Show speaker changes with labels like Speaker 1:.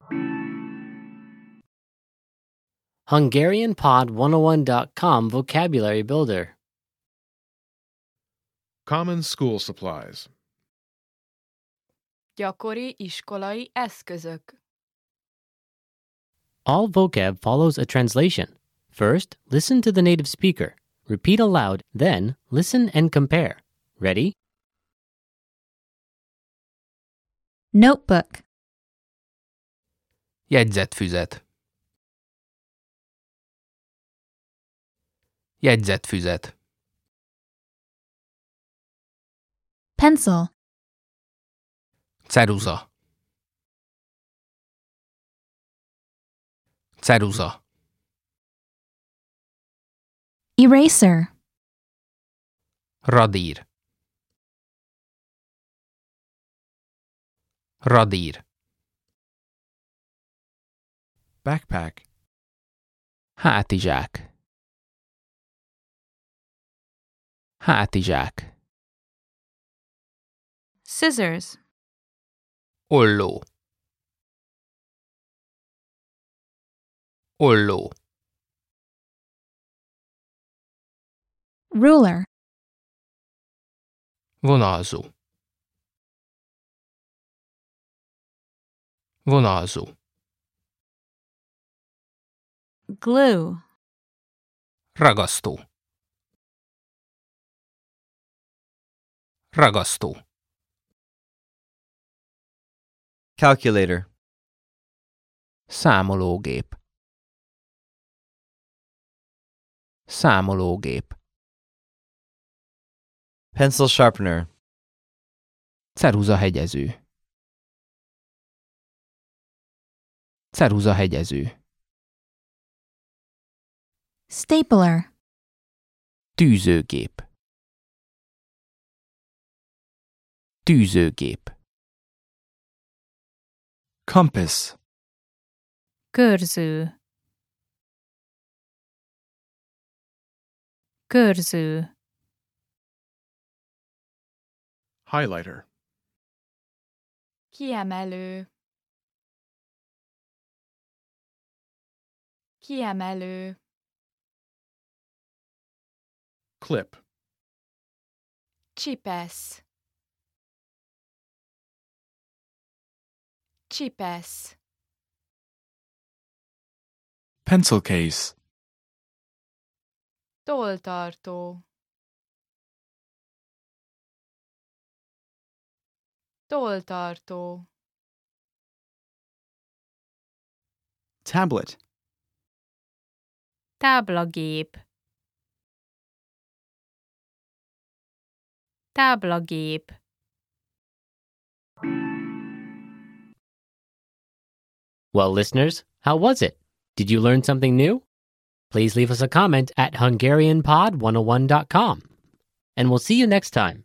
Speaker 1: oh HungarianPod101.com Vocabulary Builder.
Speaker 2: Common school supplies.
Speaker 3: Gyakori iskolai eszközök.
Speaker 1: All vocab follows a translation. First, listen to the native speaker. Repeat aloud, then, listen and compare. Ready?
Speaker 4: Notebook,
Speaker 5: Jegyzetfüzet. Jegyzetfüzet.
Speaker 4: pencil,
Speaker 5: Ceruza. Ceruza.
Speaker 4: eraser,
Speaker 5: Radír. Radír.
Speaker 2: Backpack.
Speaker 5: Hátizsák. Hátizsák.
Speaker 4: scissors,
Speaker 5: Olló. Olló.
Speaker 4: ruler,
Speaker 5: Vonalzó. Vonalzó.
Speaker 4: glue,
Speaker 5: Ragasztó. Ragasztó.
Speaker 6: Calculator.
Speaker 5: Számológép. Számológép.
Speaker 6: Pencil sharpener.
Speaker 5: Ceruza hegyező. Ceruza hegyező.
Speaker 4: stapler,
Speaker 5: Tűzőgép. Tűzőgép.
Speaker 6: Compass.
Speaker 4: körző, körző,
Speaker 2: Highlighter.
Speaker 3: Kiemelő. Kiemelő.
Speaker 2: Clip.
Speaker 3: Csipesz. Csipesz.
Speaker 7: Pencil case.
Speaker 3: Toltartó. Toltartó.
Speaker 8: Tablet.
Speaker 4: táblagép, táblagép.
Speaker 1: Well, listeners, how was it? Did you learn something new? oh Please leave us a comment at HungarianPod101.com. And we'll see you next time.